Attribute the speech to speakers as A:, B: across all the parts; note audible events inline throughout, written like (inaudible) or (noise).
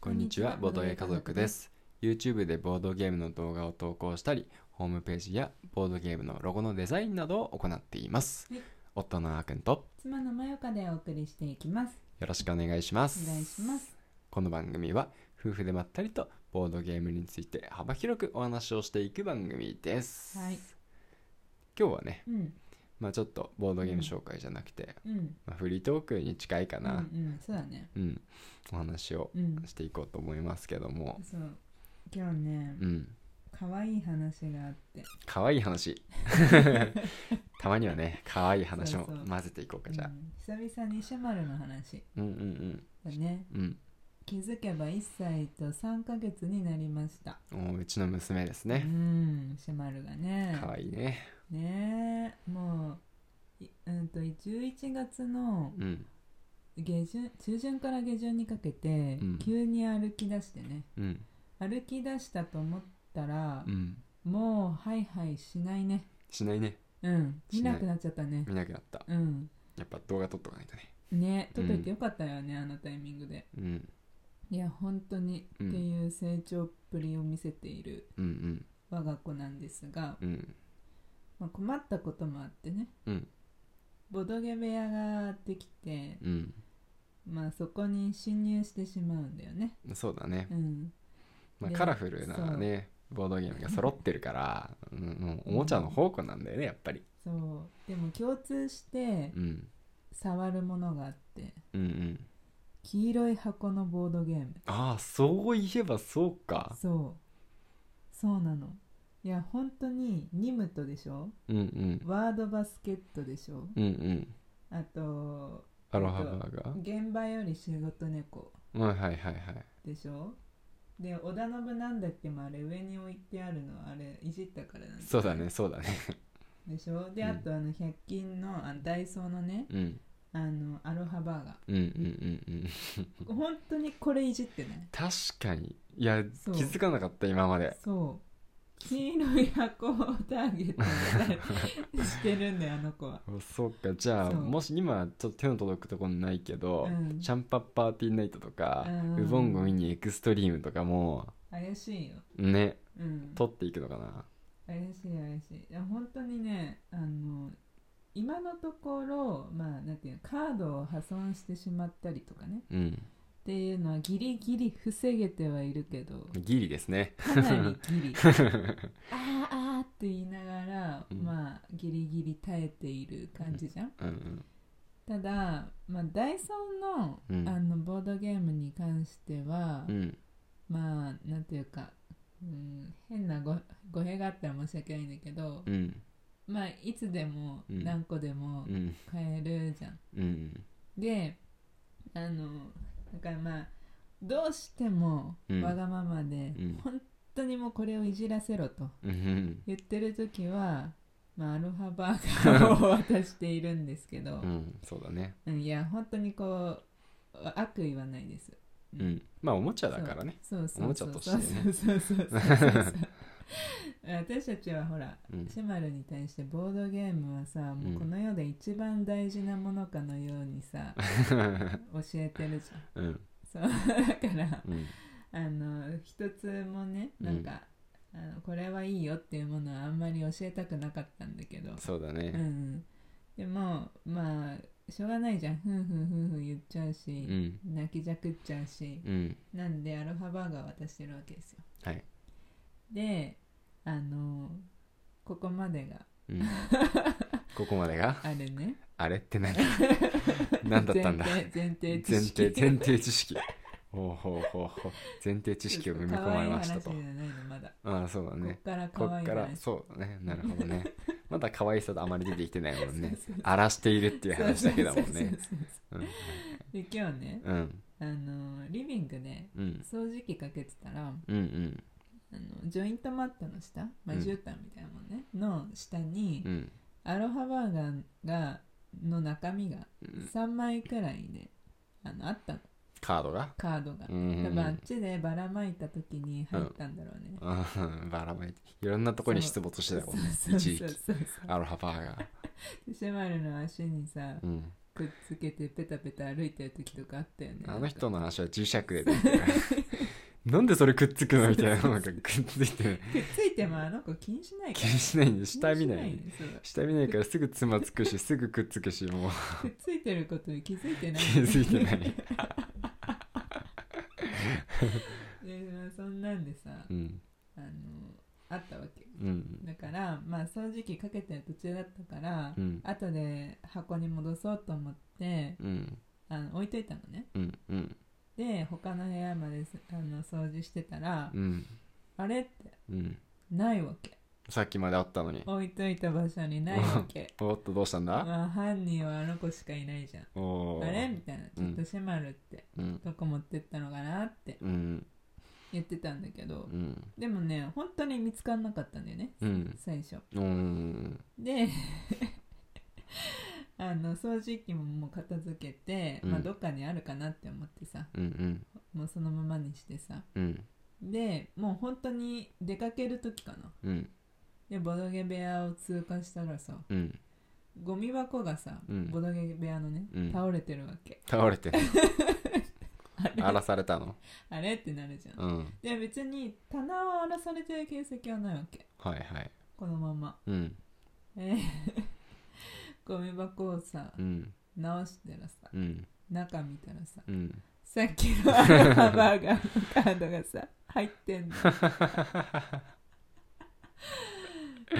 A: こんにちはボードゲー家族です YouTube でボードゲームの動画を投稿したりホームページやボードゲームのロゴのデザインなどを行っています、
B: はい
A: 夫のあーくんと
B: 妻のまよかでお送りしていきます
A: よろしくお願いします
B: お願いします
A: この番組は夫婦でまったりとボードゲームについて幅広くお話をしていく番組です、
B: はい
A: 今日はね、
B: うん
A: まあ、ちょっとボードゲーム紹介じゃなくて、
B: うん
A: まあ、フリートークに近いか
B: うんう
A: な、
B: んそうだね
A: うんお話を
B: うん
A: していこうと思いますけども、
B: そう今日ね
A: うん、
B: 可愛、い話があって
A: 可愛い
B: (laughs)
A: 話たまにはね可愛い話も
B: そうそう
A: 混ぜていこうかじゃあ
B: うん、久々にシャマルの話
A: うんうん
B: だね
A: うん
B: 気づけば1歳と3ヶ月になりました
A: うんおうちの娘です
B: う
A: ね
B: んシャマルがね
A: 可愛いね
B: ねえもういうんと11月の
A: うん
B: 下旬中旬から下旬にかけて、
A: ん
B: 急に歩き出してね
A: うん
B: 歩き出したと思ったら
A: う、ん
B: もうハイハイしないね
A: しないね
B: うん見
A: しない
B: なくなっちゃったね
A: 見なくなった
B: うん
A: やっぱ動画撮っとかないとね
B: ね撮っといてよかったよね、あのタイミングで
A: うん
B: いや本当に、
A: うん
B: っていう成長っぷりを見せている
A: うん
B: 我が子なんですが、
A: うんうん
B: まあ、困ったこともあってね、
A: うん
B: ボドゲ部屋ができて、
A: うん
B: まあ、そこに侵入してしまうんだよね
A: そうだね
B: う、ん
A: まあ、
B: ね
A: カラフルなねボードゲームが揃ってるから、うん、もうおもちゃの宝庫なんだよねやっぱり、
B: そうでも共通して
A: うん、
B: 触るものがあって
A: うんうん
B: 黄色い箱のボードゲーム
A: ああそういえばそうか
B: そうそうなのいや本当にニムトでしょ
A: うんうん
B: ワードバスケットでしょ
A: うんうん
B: あと
A: アロハバーガー
B: 現場より仕事猫
A: はいはいはいはい
B: でしょで織田信なんだっけもあれ上に置いてあるのあれいじったからなんだよ
A: そうだねそうだね
B: でしょで、
A: うん
B: あとあの100均のあダイソーのね
A: うん
B: あのアロハバーガ
A: うんうんうんうん
B: ー本当にこれいじってない
A: 確かにいや気
B: そう
A: づかなかった今まで
B: そう黄色い箱をターゲットにしてるんだよあの子
A: (laughs)
B: は
A: そうかじゃあ
B: そう
A: もし今ちょっと手の届くところないけど、
B: うん
A: シャンパッパーティーナイトとか、
B: うん
A: ウボンゴミニエクストリームとかも
B: 怪しいよ
A: ね
B: うん
A: 取っていくのかな
B: 怪しい怪しいいや本当にねあの今のところまあなんていうのカードを破損してしまったりとかね
A: うん
B: っていうのはギリギリ防げてはいるけど
A: ギリですね
B: かなりギ
A: (laughs)
B: リあーあーって言いながら、
A: うん
B: まあギリギリ耐えている感じじゃん、
A: うん
B: ただ、まあ、ダイソーの,、
A: うん
B: あのボードゲームに関しては、
A: うんうん
B: まあなんていうか、うん、変なご語弊があったら申し訳ないんだけど、
A: うん
B: まあいつでも
A: うん
B: 何個でも
A: うん
B: 買えるじゃん。
A: うん
B: であのだからまあどうしても
A: うん
B: わがままで、
A: うん
B: 本当にもうこれをいじらせろと
A: うん
B: 言ってる時は、まあ、アロハバーガーを渡しているんですけど
A: う、んそうだね
B: うん、いや本当にこう悪意はないです。
A: うんまあおもちゃだからね
B: そう
A: お
B: そう
A: も
B: そ
A: ちゃ
B: う
A: と
B: そうそう
A: してね
B: そうそうそう
A: (laughs)
B: そう私たちはほら
A: うん
B: シェマルに対してボードゲームはさもうこの世で一番大事なものかのようにさ、
A: (laughs)
B: 教えてるじゃん
A: うん
B: そうだから
A: うん
B: あの一つもねなんか、あのこれはいいよっていうものはあんまり教えたくなかったんだけど、
A: そうだ
B: う
A: ね
B: ん、でもまあしょうがないじゃんふんふんふんふん言っちゃう
A: う
B: し、
A: ん
B: 泣きじゃくっちゃうし
A: うん
B: なんでアロハバーガー渡してるわけですよ
A: はい
B: であのここまでが
A: うんここまでが
B: あれね
A: あれって何何だったんだ
B: 前提
A: 前
B: 前提知識
A: 提前提知識ほうほうほうほう前提知識を埋め込まれましたと
B: 可愛い話じゃないのまだ
A: ああそうだね
B: こっから
A: こ
B: 可愛
A: っ
B: い話
A: からそうだねなるほどねまだ可愛さとあまり出てきてないもんね
B: そうそうそう
A: 荒らしているっていう話だけだもん
B: そうそう
A: ね
B: そう
A: うん
B: そうで今日ね
A: うん
B: あのリビングで
A: うん
B: 掃除機かけてたら
A: うんうん
B: あのジョイントマットの下、まあ、
A: うん
B: 絨毯みたいなもんね、の下に、
A: うん
B: アロハバーガーがの中身が3枚くらいであのあったの
A: カードが
B: カードが
A: う。ん
B: 多分あっちでばらまいた時に入ったんだろうね。
A: うんばらまいていろんなとこに出没してたもんね
B: そう
A: 一
B: そう
A: 時
B: そう
A: 期
B: そう
A: アロハバーガー
B: でシェマルの足にさ
A: うん
B: くっつけてペタペタ歩いてる時とかあったよね
A: あの人
B: の
A: の話は磁石で出てる (laughs) なんでそれくっつくのみたいななんかくっついて
B: くっついてもあの子気にしないか
A: 気
B: ら
A: にしないんで下見ない
B: 気
A: ん
B: に
A: で
B: しないね
A: 下見ないからすぐつまつくしすぐくっつくしもう
B: そうくっついてることに気づいてない
A: 気づいてない
B: (laughs) でまあそんなんでさ
A: うん
B: あのあったわけ
A: うん
B: だからまあ掃除機かけてる途中だったから、
A: うん
B: 後で箱に戻そうと思って
A: うん
B: あの置いといたのね
A: うんうん
B: で他の部屋まですあの掃除してたら、
A: うん
B: あれって
A: うん
B: ないわけ
A: さっきまであったのに
B: 置いといた場所にないわ
A: (laughs)
B: け
A: おっとどうしたんだ
B: まあ犯人はあの子しかいないじゃん
A: おー
B: あれみたいなちょっと閉まるって、
A: うん
B: どこ持ってったのかなって
A: うん
B: 言ってたんだけど
A: うん
B: でもね本当に見つからなかったんだよね
A: うん
B: 最初
A: うん
B: で (laughs) あの掃除機ももう片付けて、
A: うん
B: まあ、どっかにあるかなって思ってさ
A: うんうん
B: もうそのままにしてさ
A: うん
B: でもう本当に出かける時かな
A: うん
B: でボドゲ部屋を通過したらさ
A: うん
B: ゴミ箱がさ、
A: うん
B: ボドゲ部屋のね、
A: うん
B: 倒れてるわけ
A: 倒れてる
B: あれ
A: 荒らされたの
B: あれってなるじゃん、
A: うん
B: で別に棚は荒らされてる形跡はないわけ
A: はいはい
B: このまま
A: うん
B: えーゴミ箱をさ
A: うん
B: 直したらさ
A: うん
B: 中見たらさ
A: うん
B: さっきのアルファバーガーのカードがさ入ってんのあの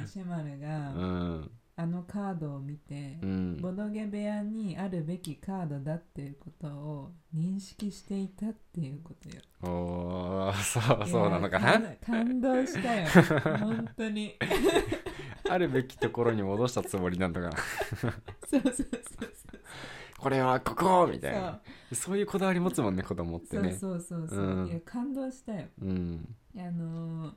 B: ねシェマル
A: う
B: が
A: ん
B: あのカードを見て
A: う、
B: ボ
A: ん
B: ドゲ部屋にあるべきカードだっていうことを認識していたっていうことよ
A: おーそうそうなのか
B: いや
A: な
B: 感感動し
A: (laughs)
B: たよ本当に
A: あるべきところに戻したつもりなんだ
B: (laughs)
A: から
B: そうそうそうそう
A: これはここみたい
B: そう
A: なそういうこだわり持つもんね子供って
B: そう
A: ね
B: そうそうそう、
A: うん
B: いや感動したよ
A: うん
B: あのー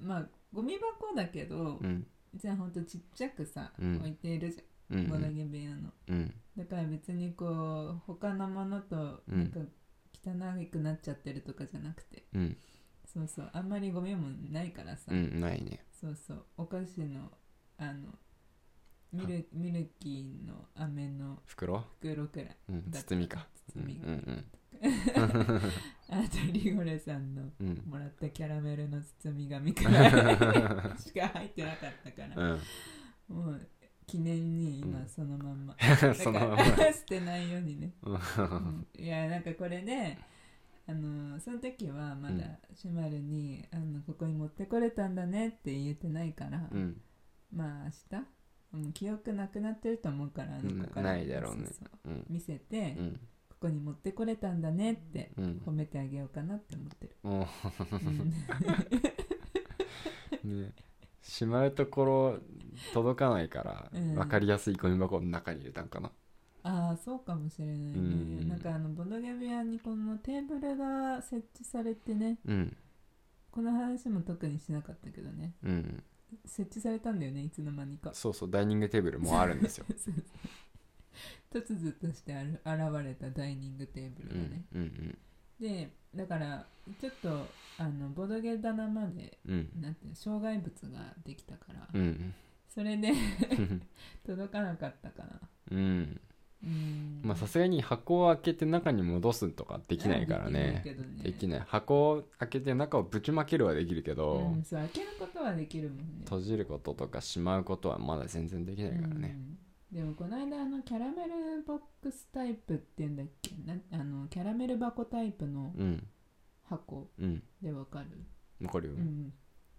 B: まあゴミ箱だけど、
A: うん
B: じゃあほんとちっちゃくさ、
A: うん
B: 置いているじ
A: うんう
B: ゃんボド
A: ん
B: ゲ部屋の
A: うん
B: だから別にこう他のものと
A: うん
B: なんか汚くなっちゃってるとかじゃなくて、
A: うん
B: そうそうあんまりゴミもないからさ、
A: うんないね
B: そうそうお菓子のあのミルミルキーの飴の
A: 袋
B: 袋くらい
A: うん
B: だった
A: 包みかうん
B: 包み
A: うんうん
B: (laughs) あとリゴレさんの
A: うん (laughs)
B: もらったキャラメルの包み紙くらい
A: (laughs)
B: しか入 (laughs) ってなかったから、
A: うん
B: もう記念に
A: う
B: 今
A: ん
B: そのまんま
A: そのまま
B: だから捨てないようにね、
A: うん
B: うんいやなんかこれねあのその時はまだシュマルに、あの「ここに持ってこれたんだね」って言えてないから、
A: うん
B: まあ明日もう記憶なくなってると思うからあの子か
A: な
B: ら
A: ないだろうね
B: そそ
A: うん
B: 見せて、
A: う
B: こ
A: ん
B: こに持ってこれたんだねって
A: うん
B: 褒めてあげようかなって思ってる、
A: (laughs) も
B: うん
A: うねしまうところ届かないから
B: うん
A: 分かりやすいゴミ箱の中に入れたんかな
B: ああそうかもしれないね、
A: うん
B: なんかあのボドゲ部屋にこのテーブルが設置されてね
A: うん
B: この話も特にしなかったけどね
A: うん
B: 設置されたんだよねいつの間にか
A: そうそうダイニングテーブルもあるんです
B: (laughs)
A: よ
B: 突如としてある現れたダイニングテーブ
A: う
B: ルがね
A: ん、うん
B: でだからちょっとあのボドゲ棚まで
A: うんうん
B: なんていうの障害物ができたから、
A: うん
B: それで (laughs) 届かなかったかな
A: うん
B: うん
A: まあさすがに箱を開けて中に戻すとかできないから
B: でき
A: ね
B: ないけどね
A: できない箱を開けて中をぶちまけるはできるけど、
B: うん、そう開けることはできるもんね
A: 閉じることとかしまうことはまだ全然できないからね
B: うん、でもこの間あのキャラメルボックスタイプっていうんだっけなあのキャラメル箱タイプの
A: うん
B: 箱
A: うん
B: でわかる、
A: 残るよ、
B: う
A: うんん、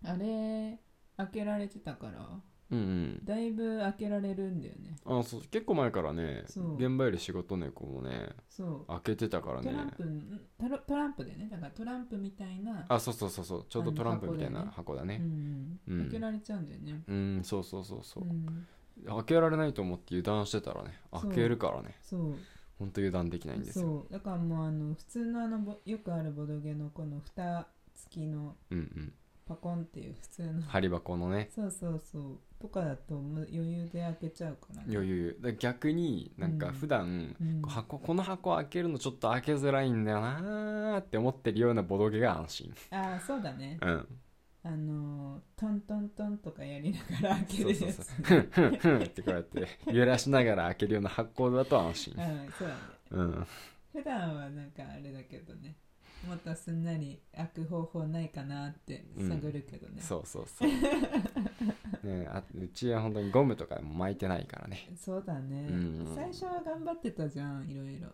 B: あれ開けられてたから
A: うん
B: だいぶ開けられるんだよね
A: あそう結構前からね
B: そう
A: 現場より仕事猫もね
B: そう
A: 開けてたから
B: ト
A: ね
B: ランプんトラトランプでねだからトランプみたいな、
A: あそうそうそうそうちょうどトランプみたい
B: あ
A: な
B: の
A: 箱だ
B: う
A: ね
B: ん
A: うん
B: 開けられちゃうんだよね、、
A: うん、そうそうそうそううん開けられないと思って油断してたらね
B: そう
A: 開けるからね
B: そう
A: ほんと油断できないんですよ
B: そうだからもうあの普通のあのぼよくあるボドゲのこの蓋付きの
A: うんうん
B: パコンっていう普通の
A: 針箱のね
B: そうそうそうとかだともう余裕で開けちゃうから、ね、
A: 余裕だ逆になん
B: う
A: か
B: ん
A: 普段、
B: うん
A: 箱この箱開けるのちょっと開けづらいんだよなーって思ってるようなボドゲが安心
B: ああそうだね
A: うん
B: あのートントントンとかやりながら開け
A: そう
B: る
A: そう
B: や
A: そう
B: つ
A: ふんふんふんってこうやって揺らしながら開けるような発酵だと安心
B: うんそうだね
A: うん
B: 普段はなんかあれだけどねもっとすんなり開く方法ないかなって探るけどね、そ
A: そうそうそうねあうちは本当にゴムとかも巻いてないからね
B: うだね、
A: うん
B: 最初は頑張ってたじゃんいろいろ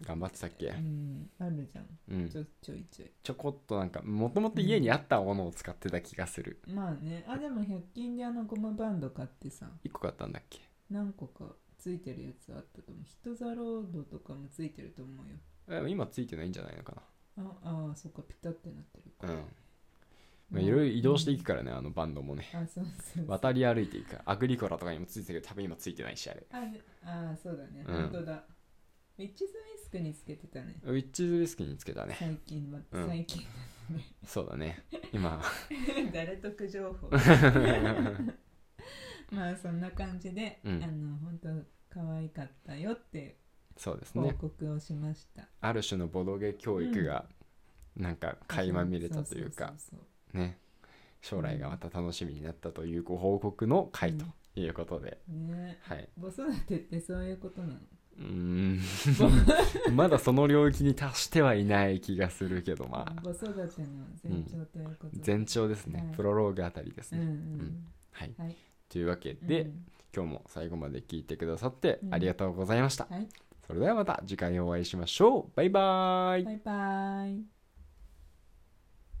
A: 頑張ってたっけ
B: う、んあるじゃん
A: うん
B: ち、ょちょいちょい
A: ちょこっとなんかもともと家にあったものを使ってた気がする、
B: まあねあでも100均であのゴムバンド買ってさ
A: 一個買ったんだっけ
B: 何個かついてるやつあったと思うヒトザロードとかもついてると思うよ
A: でも今ついてないんじゃないのか
B: ああーそっかピタってなってるか
A: なう
B: ら
A: んまあいろいろ移動していくからね、あのバンドもね
B: あそうそうそう
A: 渡り歩いていくからアグリコラとかにもついてるけど多分今ついてないしあれ
B: あねあーそうだね、
A: うん
B: 本当だウィッチズミスクにつけてたね
A: ウィッチズビスキーにつけたね
B: 最近は、
A: うん
B: 最近 (laughs)
A: そうだね今
B: 誰得情
A: (laughs)
B: 報まあそんな感じで、
A: うん
B: あの本当可愛かったよって
A: そうです
B: 報
A: ね
B: 告をしました、
A: ある種のボドゲ教育がなんか垣間見れたというか
B: そうそうそうそう
A: ね将来がまた楽しみになったというご報告の回ということで、
B: ね
A: はい
B: 子育てってそういうことなの
A: うーん (laughs) まだその領域に達してはいない気がするけどまあ
B: 子育ての前兆ということで、
A: 前兆ですね、
B: はい
A: プロローグあたりです
B: うん
A: ね、
B: うん
A: はい
B: うんはい
A: というわけで、
B: うん
A: 今日も最後まで聞いてくださって
B: うん
A: ありがとうございました、
B: はい
A: それではまた次回お会いしましょうバイバイ
B: バイバイ